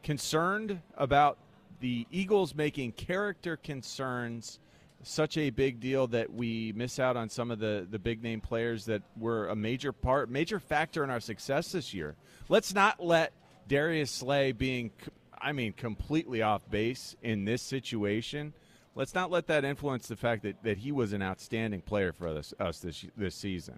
Speaker 4: concerned about the Eagles making character concerns such a big deal that we miss out on some of the, the big name players that were a major part, major factor in our success this year. Let's not let Darius Slay being, c- I mean, completely off base in this situation. Let's not let that influence the fact that, that he was an outstanding player for us, us this this season.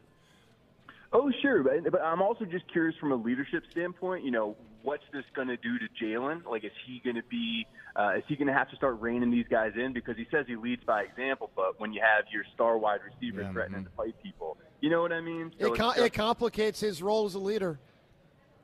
Speaker 16: Oh, sure. But, but I'm also just curious from a leadership standpoint, you know, what's this going to do to Jalen? Like, is he going to be, uh, is he going to have to start reining these guys in? Because he says he leads by example, but when you have your star wide receiver threatening
Speaker 4: mm-hmm.
Speaker 16: to fight people, you know what I mean? So
Speaker 1: It,
Speaker 16: it's
Speaker 1: com-
Speaker 16: just-
Speaker 1: it complicates his role as a leader.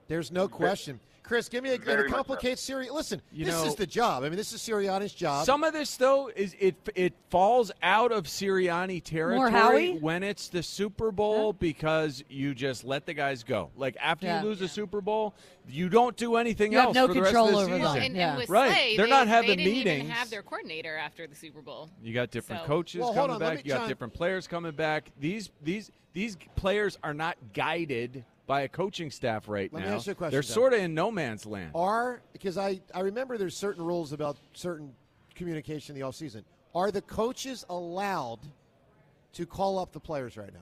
Speaker 1: There's no question. Chris, give me a,
Speaker 4: Very
Speaker 1: and it
Speaker 4: much so.
Speaker 1: complicates Siri. Listen,
Speaker 4: You
Speaker 1: this
Speaker 4: know-
Speaker 1: is the job. I mean, this is Sirianni's job.
Speaker 4: Some of this, though, is it it falls out of Sirianni territory
Speaker 1: Howie?
Speaker 4: when it's the Super Bowl because you just let the guys go. Like after
Speaker 2: Yeah.
Speaker 4: you lose a Super Bowl, you don't do anything
Speaker 2: You have
Speaker 4: else
Speaker 2: no
Speaker 4: for the
Speaker 2: control
Speaker 4: rest of the
Speaker 2: over them.
Speaker 4: season.
Speaker 2: Well,
Speaker 7: And, and with
Speaker 4: right?
Speaker 7: Slay,
Speaker 4: They're
Speaker 7: they,
Speaker 4: not having
Speaker 7: they didn't
Speaker 4: meetings.
Speaker 7: Even have their coordinator after the Super Bowl.
Speaker 4: You got different
Speaker 7: So-
Speaker 4: coaches
Speaker 7: Well,
Speaker 4: coming
Speaker 7: hold on, let
Speaker 4: back.
Speaker 7: me-
Speaker 4: you got
Speaker 7: John-
Speaker 4: different players coming back. These these these players are not guided by a coaching staff right
Speaker 1: Let me
Speaker 4: now.
Speaker 1: ask you a question,
Speaker 4: They're
Speaker 1: Doug.
Speaker 4: sort of in no man's land.
Speaker 1: Are because I, I remember there's certain rules about certain communication in the offseason. Are the coaches allowed to call up the players right now?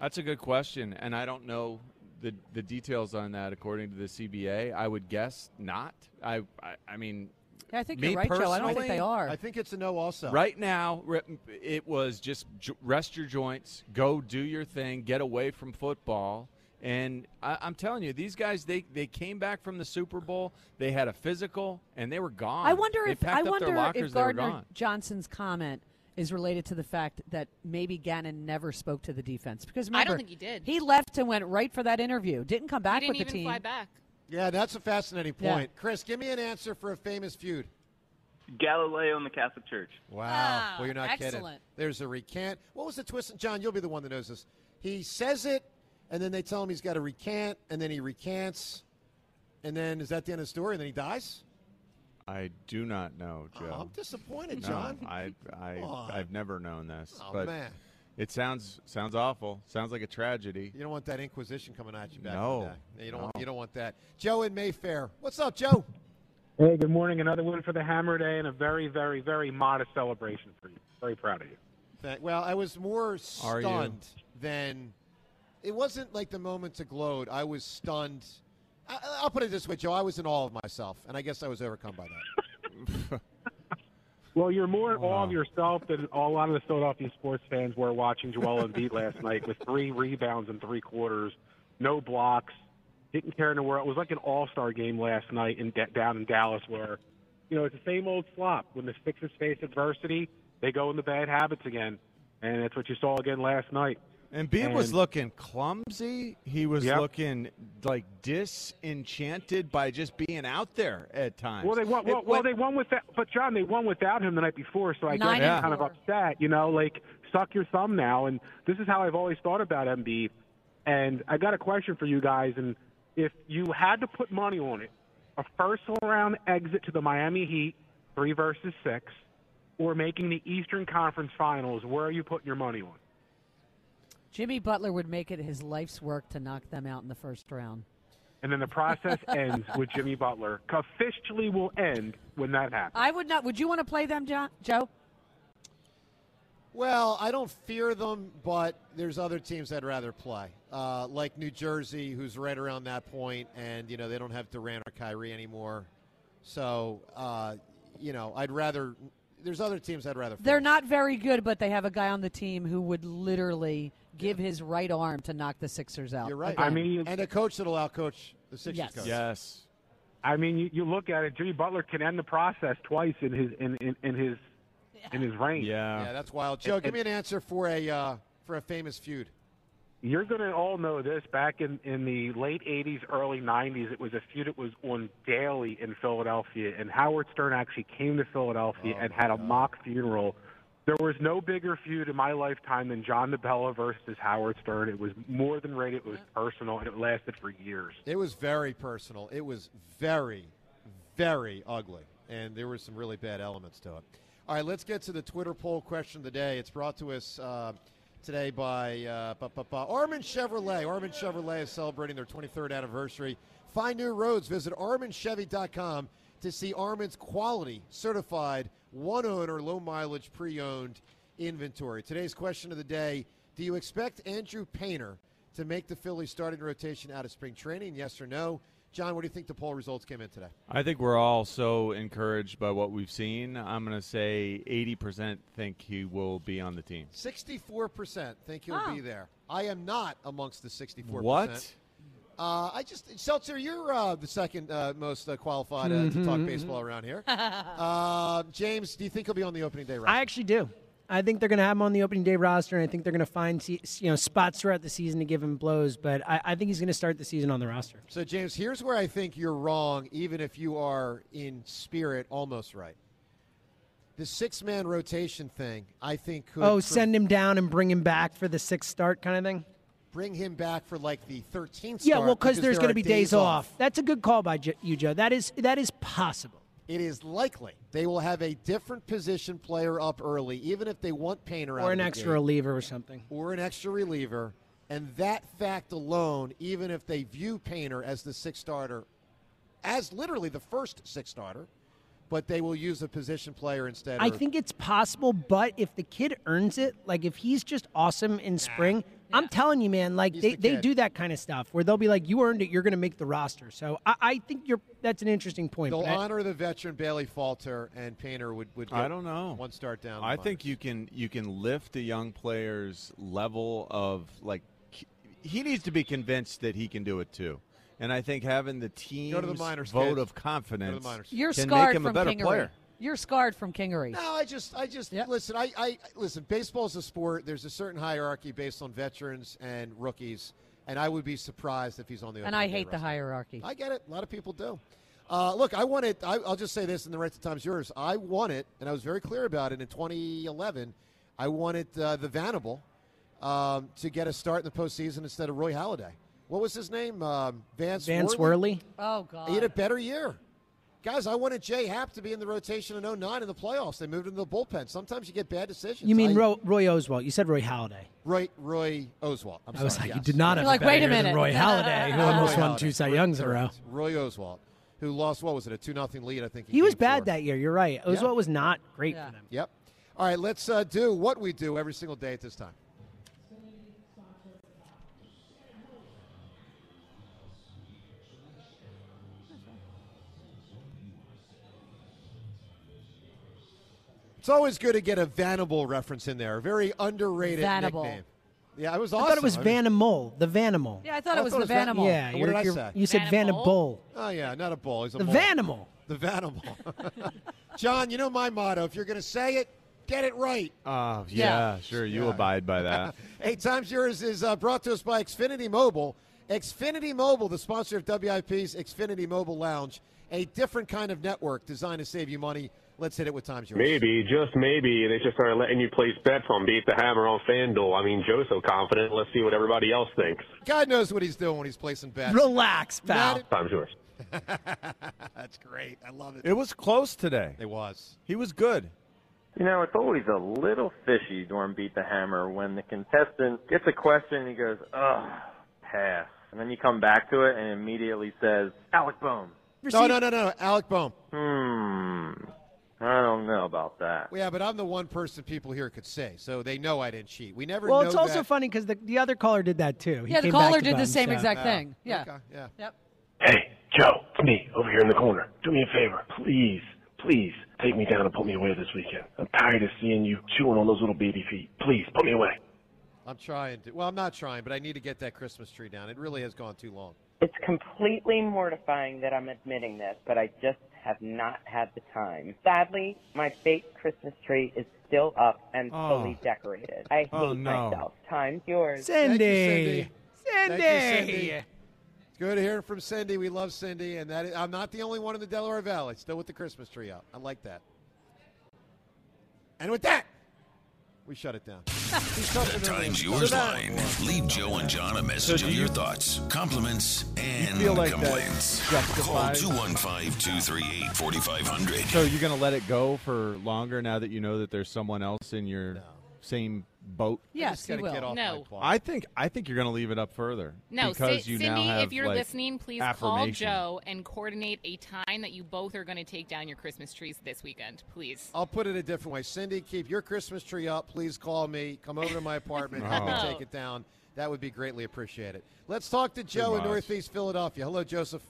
Speaker 4: That's a good question, and I don't know the the details on that. According to the CBA, I would guess not. I I, I mean,
Speaker 2: Yeah, I think
Speaker 4: me
Speaker 2: you're right, Joe. I don't think
Speaker 4: personally,
Speaker 2: they are.
Speaker 1: I think it's a no also.
Speaker 4: Right now, re- it was just j- rest your joints, go do your thing, get away from football. And I, I'm telling you, these guys they, they came back from the Super Bowl. They had a physical, and they were gone.
Speaker 2: I wonder
Speaker 4: They
Speaker 2: if
Speaker 4: packed
Speaker 2: I
Speaker 4: up their
Speaker 2: wonder
Speaker 4: lockers,
Speaker 2: if
Speaker 4: they were
Speaker 2: Gardner
Speaker 4: gone.
Speaker 2: Johnson's comment is related to the fact that maybe Gannon never spoke to the defense because
Speaker 7: I
Speaker 2: remember,
Speaker 7: don't think he did.
Speaker 2: He left and went right for that interview. Didn't come back
Speaker 7: he
Speaker 2: with
Speaker 7: didn't
Speaker 2: the
Speaker 7: even
Speaker 2: team.
Speaker 7: fly back.
Speaker 1: Yeah, that's a fascinating
Speaker 2: Yeah.
Speaker 1: point. Chris, give me an answer for a famous feud.
Speaker 16: Galileo and the Catholic Church.
Speaker 1: Wow. well, you're not kidding.
Speaker 16: excellent.
Speaker 1: There's a recant. What was the twist? John, you'll be the one that knows this. He says it, and then they tell him he's got to recant, and then he recants, and then is that the end of the story? And then he dies.
Speaker 4: I do not know, Joe.
Speaker 1: I'm disappointed,
Speaker 4: No,
Speaker 1: John.
Speaker 4: I, I,
Speaker 1: Come on.
Speaker 4: I've never known this.
Speaker 1: Oh,
Speaker 4: but
Speaker 1: man.
Speaker 4: It sounds sounds awful. Sounds like a tragedy.
Speaker 1: You don't want that Inquisition coming at you back.
Speaker 4: No.
Speaker 1: in the day. Yeah, you don't. Want,
Speaker 4: No.
Speaker 1: you don't want that. Joe in Mayfair. What's up, Joe?
Speaker 17: Hey, good morning. Another win for the Hammer Day and a very, very, very modest celebration for you. Very proud of you.
Speaker 1: Thank, well, I was more
Speaker 17: Are you?
Speaker 1: stunned than it wasn't like the moment to gloat. I was stunned. I, I'll put it this way, Joe. I was in awe of myself, and I guess I was overcome by that.
Speaker 17: Well, you're more in awe of yourself than a lot of the Philadelphia sports fans were watching Joel Embiid last night with three rebounds in three quarters, no blocks, didn't care in the world. It was like an all-star game last night in da- down in Dallas where, you know, it's the same old slop. When the Sixers face adversity, they go into bad habits again, and that's what you saw again last night.
Speaker 4: And Embiid was
Speaker 17: And-
Speaker 4: looking clumsy. He was
Speaker 17: Yep.
Speaker 4: looking like disenchanted by just being out there at times.
Speaker 17: Well, they won.
Speaker 4: It
Speaker 17: Well, well, they won with that. But John, they won without him the night before, so I guess
Speaker 4: Nine
Speaker 17: I'm
Speaker 4: and
Speaker 17: kind of upset. You know, like suck your thumb now. And this is how I've always thought about MB. And I got a question for you guys. And if you had to put money on it, a first round exit to the Miami Heat, three versus six, or making the Eastern Conference Finals, where are you putting your money on?
Speaker 2: Jimmy Butler would make it his life's work to knock them out in the first round.
Speaker 17: And then the process ends with Jimmy Butler. Officially, will end when that happens.
Speaker 2: I would not. Would you want to play them, John, Joe?
Speaker 1: Well, I don't fear them, but there's other teams I'd rather play, uh, like New Jersey, who's right around that point, and you know they don't have Durant or Kyrie anymore. So, uh, you know, I'd rather. There's other teams I'd rather.
Speaker 2: They're not very good, but they have a guy on the team who would literally give his right arm to knock the Sixers out.
Speaker 1: You're right.
Speaker 2: Again.
Speaker 1: and a coach that'll outcoach the Sixers.
Speaker 2: Yes.
Speaker 1: Coach.
Speaker 4: Yes.
Speaker 17: I mean, you, you look at it. Jimmy Butler can end the process twice in his in in, in his in his reign.
Speaker 1: Yeah, that's wild. Joe,
Speaker 17: And-
Speaker 1: give me an answer for a uh, for a famous feud.
Speaker 17: You're going to all know this. Back in in the late '80s, early '90s, it was a feud that was on daily in Philadelphia, and Howard Stern actually came to Philadelphia
Speaker 1: Oh
Speaker 17: and had a mock funeral. There was no bigger feud in my lifetime than John DeBella versus Howard Stern. It was more than rated. It was personal, and it lasted for years.
Speaker 1: It was very personal. It was very, very ugly, and there were some really bad elements to it. All right, let's get to the Twitter poll question of the day. It's brought to us uh, today by uh, ba- ba- ba- Armin Chevrolet. Armin Chevrolet is celebrating their 23rd anniversary. Find new roads. Visit ArminChevy.com to see Armin's quality, certified, one owner, low mileage, pre owned inventory. Today's question of the day Do you expect Andrew Painter to make the Phillies starting rotation out of spring training? Yes or no? John, what do you think the poll results came in today?
Speaker 4: I think we're all so encouraged by what we've seen. I'm going to say 80% think he will be on the team.
Speaker 1: 64% think he'll
Speaker 2: Oh.
Speaker 1: be there. I am not amongst the 64%.
Speaker 4: What?
Speaker 1: Uh, I just, Seltzer, you're uh, the second uh, most uh, qualified uh, to talk
Speaker 3: Mhm.
Speaker 1: baseball around here. Uh, James, do you think he'll be on the opening day roster?
Speaker 3: I actually do. I think they're going to have him on the opening day roster, and I think they're going to find se- you know spots throughout the season to give him blows. But I, I think he's going to start the season on the roster.
Speaker 1: So, James, here's where I think you're wrong, even if you are in spirit almost right. The six man rotation thing, I think, could
Speaker 3: oh,
Speaker 1: pre-
Speaker 3: send him down and bring him back for the sixth start kind of thing.
Speaker 1: bring him back for like the 13th
Speaker 3: Yeah,
Speaker 1: start
Speaker 3: well, because there's
Speaker 1: there are
Speaker 3: going to be days, off. That's a good call by J- you, Joe. That is that is possible.
Speaker 1: It is likely they will have a different position player up early, even if they want Painter out
Speaker 3: or
Speaker 1: of
Speaker 3: an
Speaker 1: the
Speaker 3: extra
Speaker 1: gate.
Speaker 3: reliever or something.
Speaker 1: or an extra reliever, and that fact alone, even if they view Painter as the sixth starter, as literally the first sixth starter, but they will use a position player instead.
Speaker 3: I
Speaker 1: or-
Speaker 3: think it's possible, but if the kid earns it, like if he's just awesome in spring, I'm telling you, man, like they,
Speaker 1: the
Speaker 3: they
Speaker 1: kid.
Speaker 3: do that kind of stuff where they'll be like, you earned it, you're going to make the roster. So I, I think you're that's an interesting point.
Speaker 1: they'll
Speaker 3: but I-
Speaker 1: honor the veteran Bailey Falter, and Painter would would. Get
Speaker 4: I don't know.
Speaker 1: One start down. the
Speaker 4: I
Speaker 1: line.
Speaker 4: think you can you can lift a young player's level of like c- he needs to be convinced that he can do it too. And I think having the team's
Speaker 1: the minors,
Speaker 4: vote
Speaker 1: kid.
Speaker 4: of confidence
Speaker 1: minors.
Speaker 2: You're
Speaker 4: can
Speaker 2: scarred
Speaker 4: make him
Speaker 2: from
Speaker 4: a better
Speaker 2: Kingery.
Speaker 4: player.
Speaker 2: You're scarred from Kingery.
Speaker 1: No, I just, I just listen. I, I listen. Baseball's a sport. There's a certain hierarchy based on veterans and rookies, and I would be surprised if he's on the.
Speaker 2: and
Speaker 1: opening
Speaker 2: I
Speaker 1: day
Speaker 2: hate the
Speaker 1: roster.
Speaker 2: hierarchy.
Speaker 1: I get it. A lot of people do. Uh, look, I won it. I, I'll just say this, and the right to time's yours. I won it, and I was very clear about it in 2011. I wanted uh, the Vanable um, to get a start in the postseason instead of Roy Halladay. What was his name? Um, Vance.
Speaker 3: Vance Worley?
Speaker 2: Oh God.
Speaker 1: He had a better year. Guys, I wanted Jay Happ to be in the rotation in 09 in the playoffs. They moved him to the bullpen. Sometimes you get bad decisions.
Speaker 3: you mean
Speaker 1: I-
Speaker 3: Ro- Roy Oswald? You said Roy Halladay.
Speaker 1: Roy Roy Oswald? I'm
Speaker 3: I was
Speaker 1: sorry, yes.
Speaker 3: like, you did not have a better year than Roy Halladay, who
Speaker 1: Not
Speaker 3: almost
Speaker 1: Roy
Speaker 3: won
Speaker 1: Halladay.
Speaker 3: two Cy Youngs in a row.
Speaker 1: Roy Oswald, who lost what was it a two nothing lead? I think
Speaker 3: He was bad that year. You're right. Oswald was not great
Speaker 1: Yeah.
Speaker 3: for them.
Speaker 1: Yep. All right, let's uh, do what we do every single day at this time. It's always good to get a Vanable reference in there. A very underrated
Speaker 3: Vanable.
Speaker 1: nickname. Yeah, it was
Speaker 3: I Oh,
Speaker 1: awesome.
Speaker 3: thought it was
Speaker 1: I mean-
Speaker 3: Vanamole, the Vanimal.
Speaker 2: Yeah, I thought
Speaker 1: I
Speaker 2: it was
Speaker 1: thought
Speaker 2: the
Speaker 1: it was Van-
Speaker 2: Vanimal.
Speaker 3: Yeah,
Speaker 1: What
Speaker 3: you're-
Speaker 1: did I
Speaker 3: you're-
Speaker 1: say?
Speaker 3: you said Vanabole.
Speaker 1: Oh yeah, not a bull. He's a
Speaker 3: The
Speaker 1: mole.
Speaker 3: Vanimal.
Speaker 1: The Vanimal. John, you know my motto. If you're going to say it, get it right.
Speaker 4: Oh
Speaker 1: Yeah.
Speaker 4: yeah, sure. You
Speaker 1: Yeah.
Speaker 4: abide by that.
Speaker 1: Eight times yours is uh, brought to us by Xfinity Mobile. Xfinity Mobile, the sponsor of WIP's Xfinity Mobile Lounge, a different kind of network designed to save you money. Let's hit it with times yours.
Speaker 18: Maybe, just maybe, they just started letting you place bets on Beat the Hammer on FanDuel. I mean, Joe's so confident. Let's see what everybody else thinks.
Speaker 1: God knows what he's doing when he's placing bets.
Speaker 3: Relax,
Speaker 1: pal.
Speaker 18: Time's yours.
Speaker 1: That's great. I love
Speaker 4: It was close today. It
Speaker 1: was.
Speaker 4: He was good.
Speaker 13: You know, it's always a little fishy during Beat the Hammer when the contestant gets a question and he goes, ugh, pass. And then you come back to it and immediately says, Alec Bohm.
Speaker 1: No, no, no, no. Alec Bohm.
Speaker 13: Hmm. I don't know about that.
Speaker 1: Yeah, but I'm the one person people here could say, so they know I didn't cheat. We never
Speaker 3: Well,
Speaker 1: know
Speaker 3: it's also
Speaker 1: that.
Speaker 3: funny because the, the other caller did that too. He
Speaker 2: yeah, the
Speaker 3: came back
Speaker 2: caller
Speaker 3: to
Speaker 2: did the
Speaker 3: Bud,
Speaker 2: same
Speaker 3: so-
Speaker 2: exact
Speaker 1: Oh,
Speaker 2: thing. Yeah.
Speaker 1: okay, yeah.
Speaker 2: Yep.
Speaker 18: Hey, Joe, it's me over here in the corner. Do me a favor, please, please take me down and put me away this weekend. I'm tired of seeing you chewing on those little baby feet. Please, put me away.
Speaker 1: I'm trying to. Well, I'm not trying, but I need to get that Christmas tree down. It really has gone too long.
Speaker 19: It's completely mortifying that I'm admitting this, but I just have not had the time. Sadly, my fake Christmas tree is still up and
Speaker 15: Oh.
Speaker 19: fully decorated. I hate
Speaker 15: Oh, no.
Speaker 19: myself. Time's yours.
Speaker 1: Thank you, Cindy. Thank you,
Speaker 19: Cindy.
Speaker 1: Cindy. It's good hearing from Cindy. We love Cindy, and that is, I'm not the only one in the Delaware Valley still with the Christmas tree up. I like that. And with that, we shut it down.
Speaker 20: The Times Yours line. Leave Joe and John a message of your thoughts, compliments, and
Speaker 4: feel like that
Speaker 20: complaints. Call
Speaker 4: justifies-
Speaker 20: 215 238 4500.
Speaker 4: So you're gonna let it go for longer now that you know that there's someone else in your same boat.
Speaker 7: Yes, I just gotta he will. get off my No. plot.
Speaker 4: I think I think you're gonna leave it up further.
Speaker 7: No,
Speaker 4: because
Speaker 7: Ci-
Speaker 4: you now
Speaker 7: Cindy,
Speaker 4: have,
Speaker 7: if you're
Speaker 4: like,
Speaker 7: listening, please call
Speaker 4: affirmation.
Speaker 7: Joe and coordinate a time that you both are going to take down your Christmas trees this weekend, please.
Speaker 1: I'll put it a different way. Cindy, keep your Christmas tree up. Please call me. Come over to my apartment. Help me
Speaker 7: No.
Speaker 1: take it down. That would be greatly appreciated. Let's talk to Joe in
Speaker 18: much.
Speaker 1: Northeast Philadelphia. Hello, Joseph.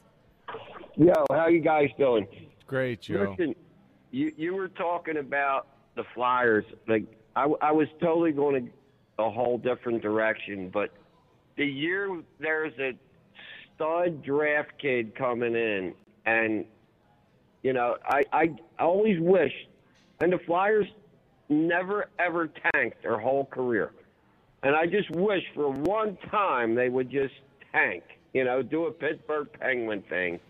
Speaker 18: Yo, how you guys doing?
Speaker 4: Great, Joe.
Speaker 18: Listen, you you were talking about the Flyers. Like I, w- I was totally going a, a whole different direction, but the year there's a stud draft kid coming in, and you know I I, I always wish, and the Flyers never ever tanked their whole career. And I just wish for one time they would just tank, you know, do a Pittsburgh Penguin thing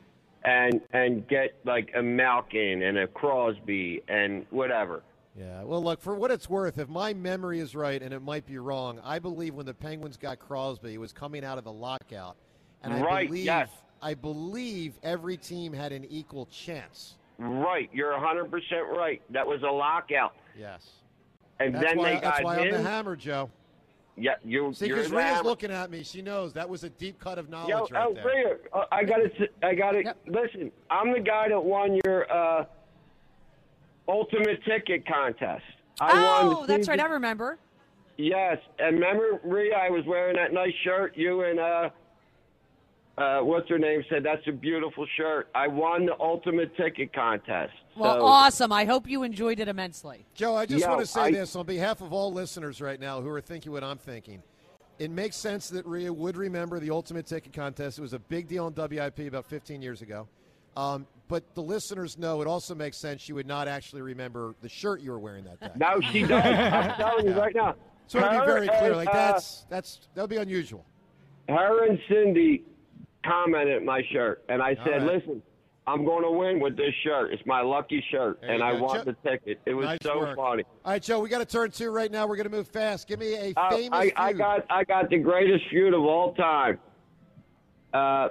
Speaker 18: and and get like a Malkin and a Crosby and whatever.
Speaker 1: Yeah, well, look, for what it's worth, if my memory is right, and it might be wrong, I believe when the Penguins got Crosby, it was coming out of the lockout. And I
Speaker 18: Right,
Speaker 1: believe,
Speaker 18: yes.
Speaker 1: I believe every team had an equal chance.
Speaker 18: Right, you're 100% right. That was a lockout.
Speaker 1: Yes.
Speaker 18: And
Speaker 1: that's
Speaker 18: then
Speaker 1: why,
Speaker 18: they got
Speaker 1: that's why
Speaker 18: him.
Speaker 1: I'm the hammer, Joe.
Speaker 18: Yeah, you
Speaker 1: See,
Speaker 18: you're
Speaker 1: because
Speaker 18: the
Speaker 1: Rhea's
Speaker 18: hammer.
Speaker 1: looking at me. She knows that was a deep cut of knowledge
Speaker 18: Yo,
Speaker 1: right
Speaker 18: oh,
Speaker 1: there.
Speaker 18: Greer, uh, I got to, I got to listen. I'm the guy that won your uh, ultimate ticket contest. I won
Speaker 2: oh,
Speaker 18: the
Speaker 2: that's
Speaker 18: season-
Speaker 2: right. I remember.
Speaker 18: Yes, and remember, Rhea, I was wearing that nice shirt. You and uh, uh, what's her name said that's a beautiful shirt. I won the ultimate ticket contest.
Speaker 2: Well,
Speaker 18: So-
Speaker 2: awesome. I hope you enjoyed it immensely.
Speaker 1: Joe, I just
Speaker 18: Yo,
Speaker 1: want to say
Speaker 18: I-
Speaker 1: this on behalf of all listeners right now who are thinking what I'm thinking. It makes sense that Rhea would remember the Ultimate Ticket Contest. It was a big deal on WIP about 15 years ago. Um, but the listeners know it also makes sense she would not actually remember the shirt you were wearing that day.
Speaker 18: No, she does. I'm telling you right now.
Speaker 1: So to be
Speaker 18: Her
Speaker 1: very clear,
Speaker 18: and,
Speaker 1: like
Speaker 18: uh,
Speaker 1: that's that's that would be unusual.
Speaker 18: her and Cindy commented at my shirt, and I said,
Speaker 1: All right.
Speaker 18: "Listen, I'm going to win with this shirt. It's my lucky shirt,
Speaker 1: There
Speaker 18: and
Speaker 1: you
Speaker 18: I
Speaker 1: go.
Speaker 18: won
Speaker 1: Ju-
Speaker 18: the ticket. It was
Speaker 1: Nice
Speaker 18: so
Speaker 1: work.
Speaker 18: funny."
Speaker 1: All right, Joe, we got to turn two right now. We're going to move fast. Give me a
Speaker 18: Uh,
Speaker 1: famous.
Speaker 18: I, I
Speaker 1: feud.
Speaker 18: got I got the greatest feud of all time. Uh,